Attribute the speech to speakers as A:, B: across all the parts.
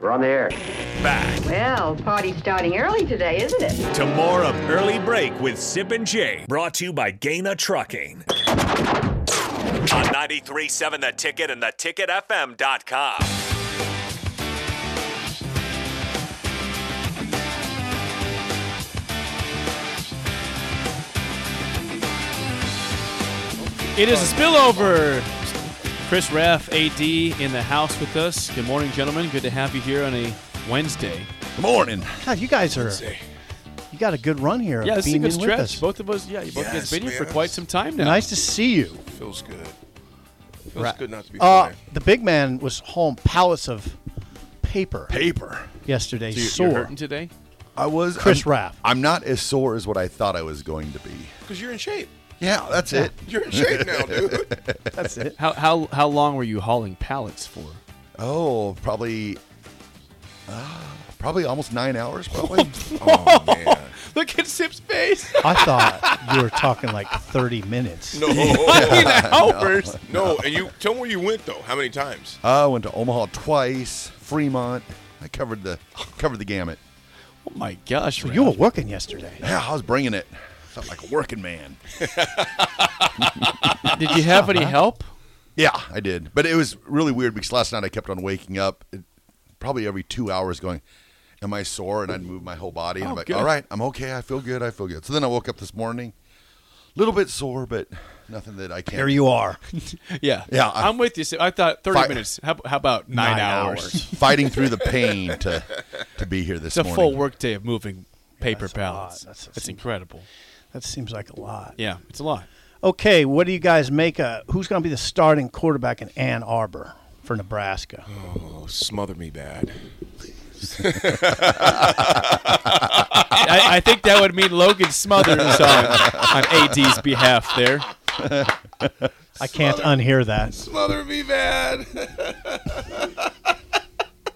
A: We're on the air.
B: Back
C: Well, party's starting early today, isn't it?
B: to more of Early Break with Sip and Jay, brought to you by Gaina Trucking. On 93.7 The Ticket and theticketfm.com.
D: It is a spillover. Chris Raff, AD, in the house with us. Good morning, gentlemen. Good to have you here on a Wednesday.
E: Morning.
F: God, you guys are. You got a good run here.
D: Yeah,
F: of
D: this is a
F: being
D: good
F: in With us.
D: stretch. Both of us, yeah, you both
E: Yes,
D: guys been here for
E: man.
D: quite some time now.
F: nice to see you.
E: Feels good. Feels
F: Right.
E: good not to be
F: Uh,
E: flying.
F: the big man was home, palace of paper
E: Paper.
F: yesterday.
D: So you're,
F: sore.
D: you're hurting today?
G: I was
F: Chris
G: I'm,
F: Raff.
G: I'm not as sore as what I thought I was going to be.
E: Because you're in shape.
G: Yeah, that's it.
E: You're in shape now, dude.
F: That's it.
D: How, how, how long were you hauling pallets for?
G: Oh, probably, uh, probably almost nine hours. Probably.
E: oh, man.
D: Look at Sip's face.
F: I thought you were talking like 30 minutes.
E: No.
D: Hours.
E: no, and you tell me where you went, though. How many times?
G: I went to Omaha twice, Fremont. I covered the covered the gamut.
D: Oh my gosh.
F: You were
D: Raph.
F: working yesterday.
G: Yeah, I was bringing it. Felt like a working man.
D: Did you have any help?
G: Yeah, I did. But it was really weird because last night I kept on waking up it- probably every two hours going, Am I sore? And I'd move my whole body. And
D: Oh,
G: I'm like,
D: good.
G: All right, I'm okay. I feel good. I feel good. So then I woke up this morning, a little bit sore, but nothing that I can't.
F: There you are.
D: Yeah.
G: Yeah, I-
D: I, am with you, Sip. I thought 30
G: Fi-
D: minutes. How, how about nine,
G: Fighting through the pain to, to be here
D: It's
G: this
D: a
G: morning.
D: full work day of moving paper
F: that's a lot.
D: pallets.
F: That's-
D: that's incredible.
F: That seems like a lot.
D: Yeah, it's a lot.
F: Okay, what do you guys make? Of, who's going to be the starting quarterback in Ann Arbor for Nebraska?
E: Oh, smother me bad.
D: I, I think that would mean Logan Smothers on, on AD's behalf there.
F: I can't unhear that.
E: Smother me bad.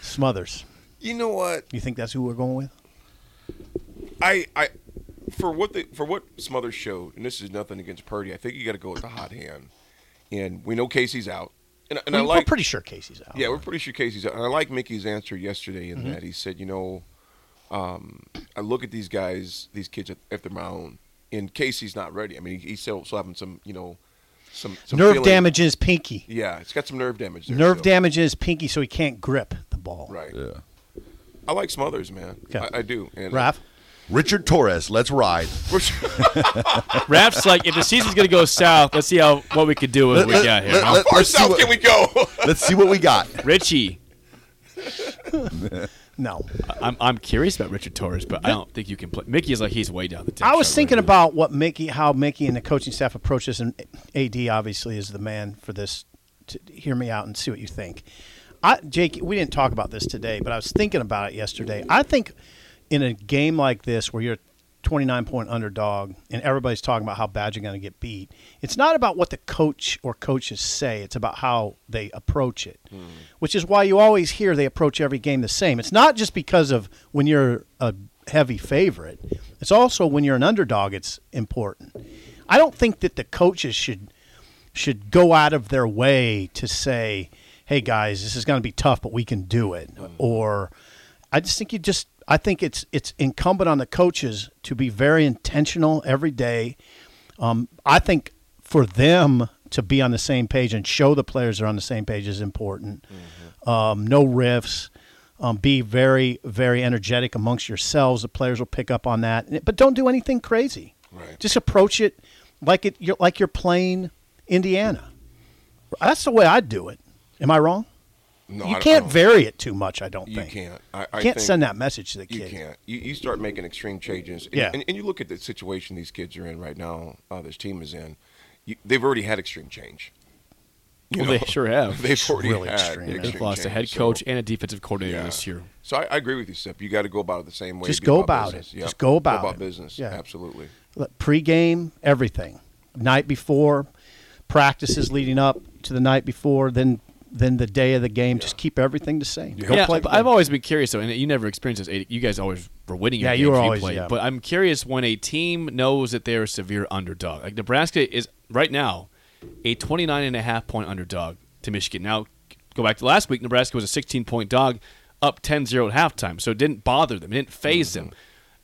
F: Smothers.
E: you know what?
F: You think that's who we're going with?
E: I, I, for what the for what Smothers showed, and this is nothing against Purdy. I think you got to go with the hot hand, and we know Casey's out, and, and I
F: We-
E: like
F: we're pretty sure Casey's out.
E: yeah, we're pretty sure Casey's out, and I like Mickey's answer yesterday
F: Mm-hmm.
E: in that he said, you know, um, I look at these guys, these kids, if they're my own, and Casey's not ready. I mean, he- he's still, still having some, you know, some, some
F: Nerve
E: feeling-
F: damage in his pinky.
E: Yeah, it's got some nerve damage. There
F: Nerve
E: still.
F: damage in his pinky, so he can't grip the ball.
E: Right.
G: Yeah.
E: I like Smothers, man.
F: Okay.
E: I, I do. And
F: Raph,
G: Richard Torres, let's ride.
D: Raps like if the season's gonna go south, let's see how what we could do with what we
G: Let-
D: got here.
G: let- let-
D: huh?
G: let-
E: Far
G: let's see
E: south
G: what-
E: can we go?
G: Let's see what we got.
D: Richie,
F: no.
D: I'm, I'm curious about Richard Torres, but I don't think you can play. Mickey is like he's way down the. depth
F: I was
D: chart
F: thinking
D: right
F: about what Mickey, how Mickey and the coaching staff approach this, and AD obviously is the man for this. To hear me out and see what you think. I, Jake, we didn't talk about this today, but I was thinking about it yesterday. I think in a game like this, where you're a 29 point underdog and everybody's talking about how bad you're going to get beat, it's not about what the coach or coaches say. It's about how they approach it, which is why you always hear they approach every game the same. It's not just because of when you're a heavy favorite. It's also when you're an underdog. It's important. I don't think that the coaches should should go out of their way to say, "Hey guys, this is going to be tough, but we can do it." Or I just think you just I think it's it's incumbent on the coaches to be very intentional every day. Um, I think for them to be on the same page and show the players they're on the same page is important.
E: Mm-hmm.
F: Um, no riffs. Um, be very, very energetic amongst yourselves. The players will pick up on that, but don't do anything crazy.
E: Right.
F: Just approach it like it you're, like you're playing Indiana. That's the way I do it. Am I wrong? you
E: no, I don't- I
F: can't
E: don't-
F: vary it too much. I don't
E: You
F: think
E: can't. I, I
F: You can't
E: think
F: send that message to the
E: You
F: kid.
E: can't. You, you start making extreme changes. And,
F: Yeah.
E: And, and you look at the situation these kids are in right now. Uh, this team is in. You, they've already had extreme change. You
D: Well,
E: know,
D: they sure have.
E: They've already
F: really
E: had
F: extreme.
E: an
F: They've
D: They've
E: extreme
D: lost a head
E: change, so-
D: coach and a defensive coordinator
E: Yeah.
D: this year.
E: So I, I agree with you, Sep. You got to go about it the same way.
F: Just
E: you
F: go
E: do
F: about
E: business.
F: it. Just go about it.
E: business.
F: Yeah.
E: absolutely.
F: Look, Pre-game, everything, night before, practices leading up to the night before, then then the day of the game. Just keep everything the same. Go
D: yeah,
F: play
D: but
F: the
D: I've
F: game.
D: always been curious though, and you never experienced this. You guys always were winning.
F: Yeah,
D: at
F: you
D: games
F: were
D: you
F: always-
D: played.
F: yeah.
D: But I'm curious when a team knows that they're a severe underdog. Like Nebraska is right now a 29 and a half point underdog to Michigan. Now go back to last week. Nebraska was a 16 point dog, up 10-0 at halftime, so it didn't bother them. It didn't phase
F: Mm-hmm.
D: them.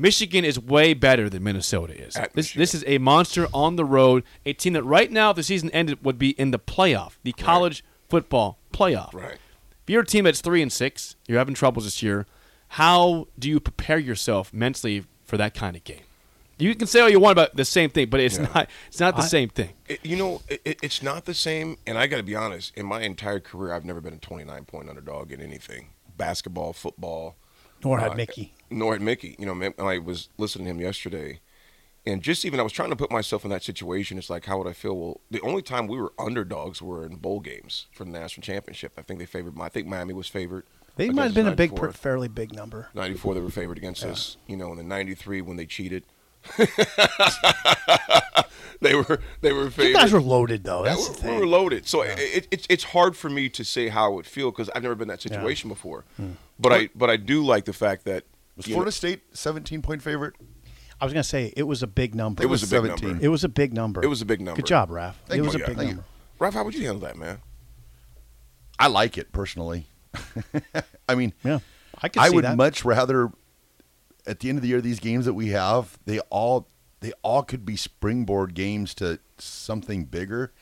D: Michigan is way better than Minnesota is.
E: At
D: This, this is a monster on the road, a team that right now, if the season ended, would be in the playoff, the college football playoff.
E: Right.
D: If you're a team that's three and six, you're having troubles this year. How do you prepare yourself mentally for that kind of game? You can say all you want about the same thing, but it's not. It's not the same thing.
E: It- you know, it, it- it's not the same. And I got to be honest. In my entire career, I've never been a 29 point underdog in anything: basketball, football.
F: Nor had
E: uh,
F: Mickey.
E: Nor had Mickey. You know, man, and I was listening to him yesterday, and just even I was trying to put myself in that situation. It's like, how would I feel? Well, the only time we were underdogs were in bowl games for the national championship. I think they favored. I think Miami was favored.
F: They
E: against
F: might have been a big,
E: 94.
F: fairly big number.
E: 94 they were favored against us you know and then 93 when they cheated they were they were favored
F: You guys were loaded though.
E: Yeah,
F: That's
E: we-
F: the thing.
E: we were loaded so it, it, it's it's hard for me to say how it would feel because i've never been in that situation before
F: Hmm.
E: but i but i do like the fact that
G: Was
E: you know,
G: Florida State 17 point favorite?
F: I was gonna say it was a big number.
E: it was a big
G: 17.
E: number
F: It was a big number.
E: It was a big number.
F: Good job, Raph.
G: Thank
F: it
G: you.
F: was a
G: Yeah,
F: big
G: thank you.
F: number.
E: Ralph, how would you handle that man
G: I like it personally. I mean,
F: Yeah, I could.
G: I
F: see
G: would
F: that.
G: much rather at the end of the year these games that we have, they all they all could be springboard games to something bigger.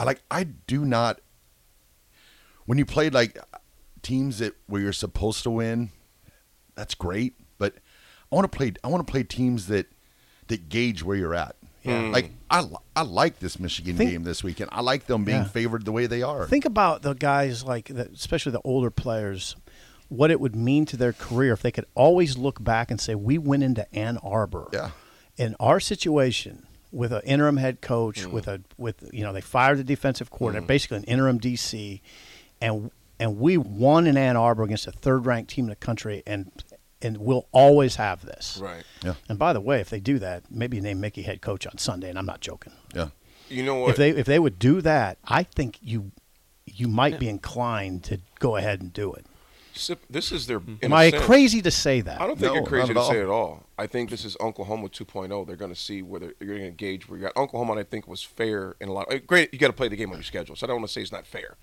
G: I like I do not when you played like teams that where you're supposed to win, that's great, but I want to play I want to play teams that that gauge where you're at. Yeah. Like I li- I like this Michigan
F: Think-
G: game this weekend. I like them being
F: Yeah.
G: favored the way they are.
F: Think about the guys like, the, especially the older players, what it would mean to their career if they could always look back and say, "We went into Ann Arbor."
G: Yeah.
F: In our situation, with an interim head coach, with a with you know they fired the defensive coordinator, basically an interim DC, and and we won in Ann Arbor against a third ranked team in the country, and and we'll always have this.
E: right
F: And by the way, if they do that, maybe name Mickey head coach on Sunday, and I'm not joking.
G: yeah.
E: you know what
F: If they if they would do that, I think you you might be inclined to go ahead and do it.
E: Sip- this is their in
F: Am
E: a
F: I
E: sense-
F: crazy to say that?
E: I don't think
G: No,
E: you're
G: not
E: crazy
G: at
E: to
G: all.
E: say it at all. I think this is Oklahoma 2.0. They're going to see whether you're going to gauge where you're at. Oklahoma, I think, was fair in a lot. uh, Great, you got to play the game on your schedule. So I don't want to say it's not fair,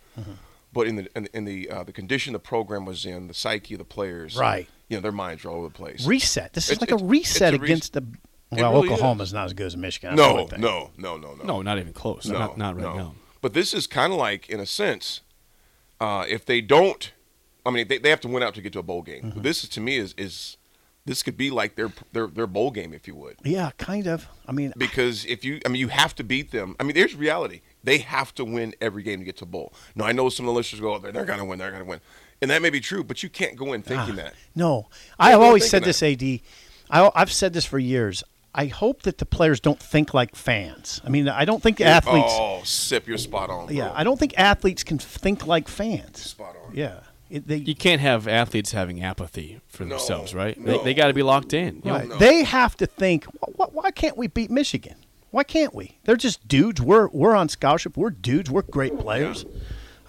E: but in the in, the- in the uh, the condition the program was in, the psyche of the players,
F: Right.
E: You know, their minds are all over the place.
F: reset. This is
E: It's-
F: like
E: it's-
F: a
E: it's
F: reset
E: a res-
F: against the. Well,
E: really
F: Oklahoma's not as good as Michigan. I
E: no,
F: really think.
E: no, no, no, no,
D: No, not even close.
E: no,
D: not, not right
E: no.
D: now.
E: But this is kind of like, in a sense, uh, if they don't, I mean, they, they have to win out to get to a bowl game. This is to me is is this could be like their their their bowl game, if you would.
F: Yeah, kind of. I mean,
E: because if you, I mean, you have to beat them. I mean, there's reality. They have to win every game to get to bowl. Now, I know some of the listeners go, oh, they're, they're going to win, they're going to win, and that may be true, but you can't go
F: Ah.
E: in thinking that.
F: no, I have
E: don't
F: always
E: think
F: said
E: of
F: this. Ad, I, I've said this for years. I hope that the players don't think like fans. I mean, I don't think athletes.
E: Oh, sip, you're spot on. Bro.
F: yeah, I don't think athletes can think like fans.
E: Spot on.
F: Yeah, It- they,
D: You can't have athletes having apathy for
E: No,
D: themselves, right?
E: no.
D: They, they got to be locked in. You know,
F: Right. They have to think. Why, why can't we beat Michigan? Why can't we? They're just dudes. We're we're on scholarship. We're dudes. We're great players.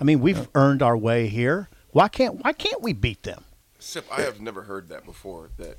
F: I mean, we've earned our way here. Why can't Why can't we beat them?
E: Sip, I have never heard that before. That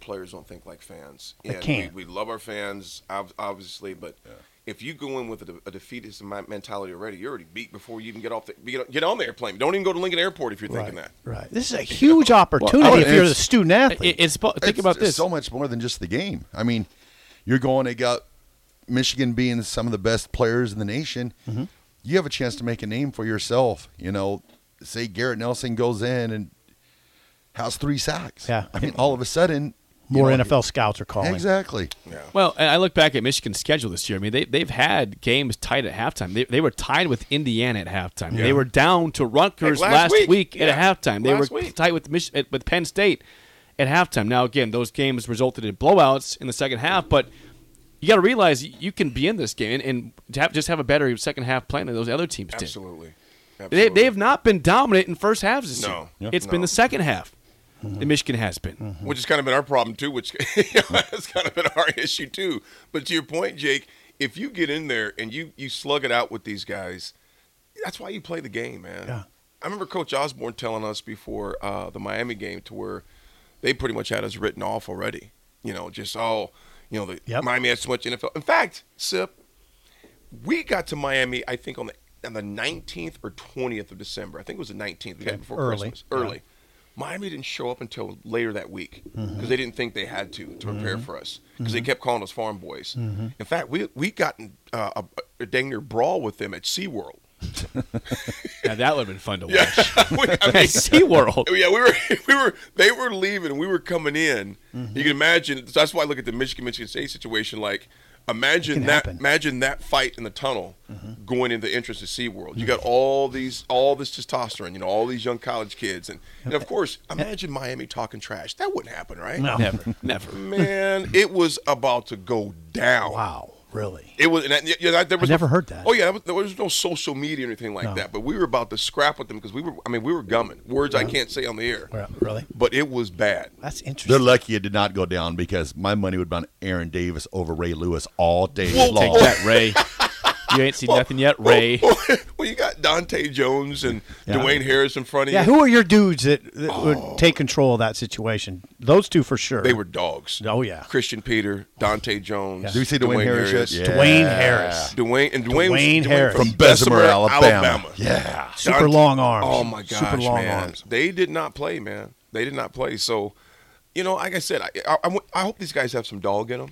E: players don't think like fans.
F: They
E: And
F: can't.
E: We, we love our fans, ob- obviously, but if you go in with a, de- a defeatist mi- mentality already, you're already beat before you even get off the get, get on the airplane. Don't even go to Lincoln Airport if you're thinking that.
F: Right. This is a huge opportunity
G: Well,
F: if you're
G: it's-
F: the student
D: It-
F: athlete.
D: it's think
G: It's-
D: about
G: it's
D: this.
G: so much more than just the game. I mean,
D: Mm-hmm.
G: you're going to got Michigan being some of the best players in the nation. you have a chance to make a name for yourself. You know, say Garrett Nelson goes in and has three sacks.
F: Yeah.
G: I mean, all of a sudden, you
F: More
G: know,
F: NFL scouts
D: Oh,
F: are calling.
G: Exactly.
D: Well, and I look back at Michigan's schedule this year. I mean, they, they've had games tied at halftime. They, they were tied with Indiana at halftime. They were down to Rutgers
E: Like
D: last,
E: last
D: week,
E: week.
D: at
E: Yeah.
D: halftime. They
E: Last
D: were
E: week.
D: tied with Mich- at- with Penn State at halftime. Now, again, those games resulted in blowouts in the second half, but you got to realize y- you can be in this game and, and to have, just have a better second half plan than those other teams did.
E: Absolutely.
D: They,
E: Absolutely.
D: they have not been dominant in first halves this
E: No.
D: year.
E: Yeah. Mm-hmm.
D: It's been
E: No.
D: the second half. that Michigan has been.
E: which has kind of been our problem too. Which has kind of been our issue too. But to your point, Jake, if you get in there and you you slug it out with these guys, that's why you play the game, man.
F: Yeah.
E: I remember Coach Osborne telling us before uh, the Miami game to where they pretty much had us written off already. You know, just oh, you know, the
F: Yep.
E: Miami had so much NFL. In fact, Sip, we got to Miami, I think on the on the nineteenth or twentieth of December. I think it was the nineteenth. We got it before
F: Early.
E: Christmas. Early. Miami didn't show up until later that week because they didn't think they had to to prepare for us because they kept calling us farm boys. In fact, we we got in uh, a, a dang near brawl with them at SeaWorld.
D: Now, that would have been fun to watch.
E: Yeah, we, I mean,
D: SeaWorld.
E: yeah, we were we were they were leaving and we were coming in. You
F: Mm-hmm.
E: can imagine. That's why I look at the Michigan Michigan State situation. Like, imagine
F: can
E: that
F: happen. Mm-hmm.
E: imagine that fight in the tunnel going into the entrance to SeaWorld. You got all these all this testosterone. You know, all these young college kids, and and of course, imagine Miami talking trash. That wouldn't happen, right?
F: No.
D: Never, never.
E: Man, it was about to go down.
F: Wow, really?
E: It was. And that, yeah, that, there was
F: never heard that.
E: Oh yeah, that was, there was no social media or anything like
F: No.
E: that. But we were about to scrap with them because we were. I mean, we were gumming words I can't say on the air.
F: Well, really?
E: But it was bad.
F: That's
G: They're
F: interesting.
G: lucky it did not go down because my money would be on Aaron Davis over Ray Lewis all day
E: Well,
G: long.
D: Take that, Ray. You ain't seen nothing yet, Ray.
E: Well, you got Dante Jones and Dwayne Harris in front of
F: yeah,
E: you.
F: who are your dudes that, that would take control of that situation? Those two for sure.
E: they were dogs.
F: Oh, yeah.
E: Christian Peter, Dante Jones.
F: Yeah.
G: Did we see Dwayne, Harris? yet? Yeah.
F: Dwayne Harris.
E: Dwayne and Dwayne,
F: Dwayne Harris.
G: from Bessemer, Alabama. Yeah.
F: Super
E: Dante-
F: long arms.
E: Oh my gosh,
F: Super long
E: man.
F: arms.
E: They did not play, man. They did not play. So, you know, like I said, I, I, I, I hope these guys have some dog in them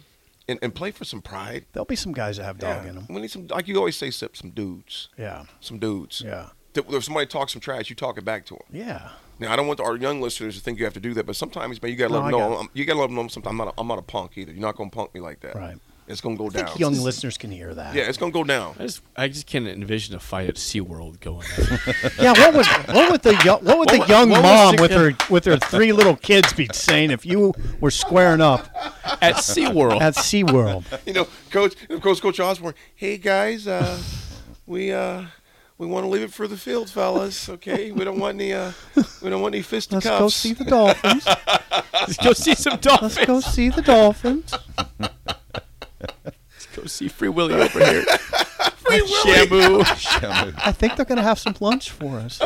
E: and, and play for some pride.
F: There'll be some guys that have dog in them.
E: We need some, like you always say, Sip, some dudes.
F: Yeah.
E: Some dudes.
F: Yeah.
E: That- If somebody talks some trash, you talk it back to them.
F: Yeah.
E: Now, I don't want our young listeners to think you have to do that, but sometimes, man, you gotta
F: No,
E: let
F: I
E: them
F: got
E: know.
F: it.
E: I'm, you gotta let them know. Sometimes I'm not. A, I'm not a punk either. You're not gonna punk me like that.
F: Right.
E: It's gonna go
F: I
E: down.
F: think young listeners can hear that.
E: yeah, it's gonna go down.
D: I just, I just can't envision a fight at SeaWorld going.
F: Yeah, what would what would the yo- what would the
D: would-
F: young
D: what would
F: mom
D: Sig-
F: with her with her three little kids be saying if you were squaring up
D: at SeaWorld.
F: at SeaWorld?
E: You know, coach. Of course, Coach Osborne. Hey guys, uh, we uh, we want to leave it for the field, fellas. Okay, we don't want any. Uh, we don't want any
F: Let's
E: fisticuffs.
F: go see the dolphins.
D: Let's go see some dolphins.
F: Let's go see the dolphins.
D: Let's go see Free Willy over here.
E: Free Willy.
D: Shamu.
F: I think they're going to have some lunch for us.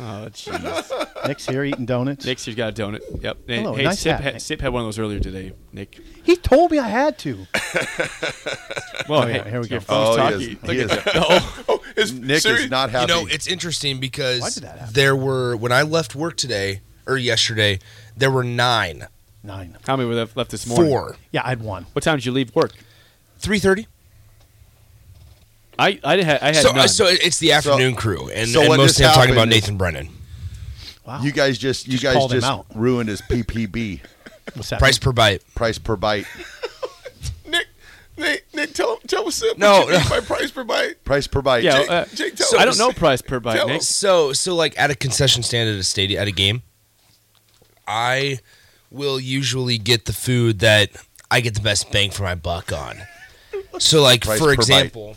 D: Oh, jeez.
F: Nick's here eating donuts.
D: Nick's just got a donut. Yep. And,
F: Hello,
D: hey,
F: nice
D: Sip,
F: hat,
D: had,
F: Nick.
D: Sip had one of those earlier today, Nick.
F: He told me I had to. Oh,
D: Well,
F: yeah,
D: hey,
F: here we go.
D: your phone's
G: Oh, he is-
D: talking.
G: he
D: Look at
G: is-
D: that. Oh,
E: Oh, it's
G: Nick
E: serious.
G: is not happy.
A: You know, it's interesting
F: Why
A: because
F: did that happen?
A: there were when I left work today or yesterday, there were nine,
F: Nine.
D: How many were left left this morning?
A: four,
F: Yeah, I'd won.
D: What time did you leave work?
A: three thirty.
D: I I had I had
A: So,
D: none.
A: so it's the afternoon crew, and,
G: so
A: and
G: when this
A: mostly I'm talking about
G: happened-
A: Nathan Brennan.
F: Wow.
G: You guys just you
F: Just
G: guys
F: called him
G: just
F: out.
G: ruined his PPB
F: What's that?
A: Price per bite.
G: price per bite.
E: Nick, Nick, Nick, tell tell us Sip.
A: No,
E: what you mean
A: no.
E: by price per bite.
G: Price per bite.
D: yeah,
E: Jake-
D: uh,
E: Jake, tell
D: so I don't
E: us.
D: know price per bite,
E: Tell
D: Nick.
E: us.
A: So so like at a concession stand at a stadium at a game, I will usually get the food that I get the best bang for my buck on. So like
G: Price
A: for
G: per
A: example,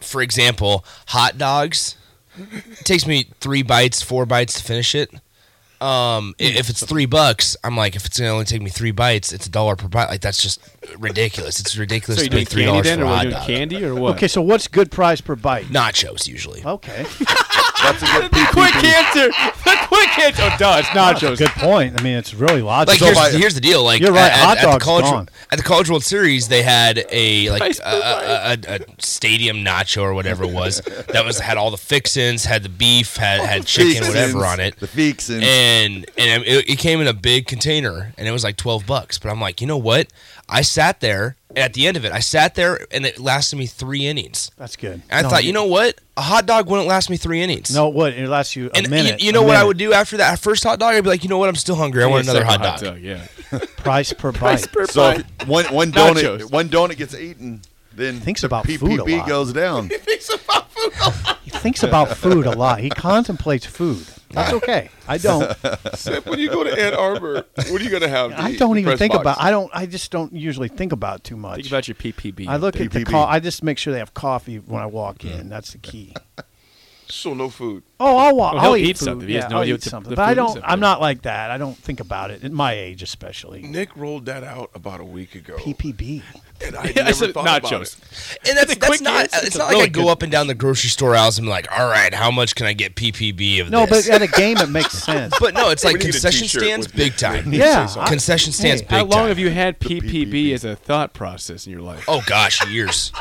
A: for example, hot dogs. It takes me three bites, four bites to finish it. Um, i- if it's three bucks, I'm like, if it's gonna only take me three bites, it's a dollar per bite. Like that's just ridiculous. It's ridiculous
D: So you
A: to pay
D: doing
A: three
D: candy
A: dollars
D: then,
A: for
D: or
A: a
D: were
A: hot
D: you doing
A: dog.
D: candy, or what?
F: Okay, so what's good price per bite?
A: Nachos usually.
F: Okay.
G: That's a good PPB.
D: quick answer. The quick answer. Oh, duh, it's nachos.
F: Good point. I mean, it's really
A: Like
F: logical.
A: here's,
G: by-
A: here's the deal. Like
F: You're right,
A: At,
F: hot
A: at the
F: dog's
A: college
F: gone.
A: at the college world series, they had a like
D: Nice
A: a, a, a, a stadium nacho or whatever it was that was had all the fixins, had the beef, had had chicken,
G: Fixins.
A: whatever on it,
G: The Feeks and
A: and and I- it, it came in a big container, and it was like twelve bucks. But I'm like, you know what? I sat there and at the end of it. I sat there, and it lasted me three innings.
F: That's good.
A: And I
F: No,
A: thought, you know what? A hot dog wouldn't last me three innings.
F: No, it would. It lasts you a
A: And you-
F: minute.
A: you,
F: a
A: know what I
F: minute.
A: would do after that first hot dog? I'd be like, you know what? I'm still hungry. I want
D: Yeah,
A: another
D: second
A: hot dog.
D: Yeah.
F: Price per bite.
G: So if one one
D: Nachos.
G: donut one donut gets eaten, then
F: Thinks
G: the
F: about food a
G: PPP
F: lot.
G: goes down.
F: He thinks about food a lot. He contemplates food. That's okay. I don't.
E: Sip, when you go to Ann Arbor, what are you gonna have? to
F: I
E: eat?
F: don't even
E: Press
F: think
E: box.
F: about. I don't. I just don't usually think about it too much.
D: Think about your PPB.
F: I look at the
G: PPB.
F: call. I just make sure they have coffee when I walk
A: Mm.
F: in. That's the key.
E: So no food.
F: Oh, I'll walk.
D: Well, he'll
F: I'll eat,
D: eat
F: food.
D: something. He
F: Yeah,
D: has no
F: I'll
D: idea
F: eat
D: what the-
F: something.
D: the
F: but
D: food
F: I
D: is up
F: don't. I'm
D: there.
F: not like that. I don't think about it at my age, especially.
E: Nick rolled that out about a week ago,
F: PPB.
E: and I
D: Yeah, I
E: never
D: said
E: thought about
D: nachos.
E: it.
A: And that's, that's
D: quick
A: not.
D: answer.
A: It's,
D: It's a
A: not
D: really
A: like I go
D: good-
A: up and down the grocery store aisles and be like, all right, how much can I get PPB of
F: No,
A: this?
F: but uh, at a game, it makes sense.
A: but no, it's like
E: We need a
A: concession
E: t-shirt
A: stands,
E: with-
A: big time.
F: Yeah, I-
A: concession stands,
F: hey,
A: big
D: How long
A: time.
D: have you had PPB
G: PPB.
D: as a thought process in your life?
A: Oh gosh, years.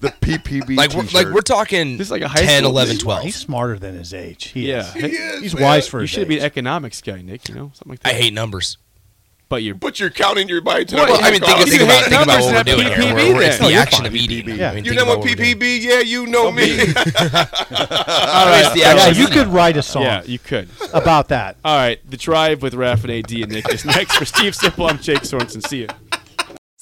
G: The PPB
A: like we're, like
G: t-shirt.
A: we're talking
D: This is like a high
A: 10,
D: school
A: 11,
D: thing.
A: 12.
F: He's smarter than his age. He
D: Yeah.
F: Is. He's
E: man.
F: wise for
D: You
F: his
D: should be
F: age.
D: an economics guy, Nick. You know something like that.
A: I hate numbers.
D: But you're
E: But you're counting your bites. and
A: Well,
E: everything.
A: I mean, think,
D: You
A: think
D: hate
A: about think about
D: numbers
A: what
D: and
A: we're
D: have
A: doing
D: PPB
A: here. We're, we're, it's
D: then.
A: the
D: No, you're
A: action
D: fine.
A: of eating.
F: Yeah.
A: I mean,
E: You
A: think
E: know
A: about
E: what
A: we're doing.
E: PPB? Yeah, you know me.
A: All right, it's the
F: yeah,
A: action. of
F: you
A: eating.
F: could write a song
D: yeah, you could.
F: about that.
D: All right, the drive with Raph and AD and Nick is next for Steve Simple. I'm Jake Sorensen. See you.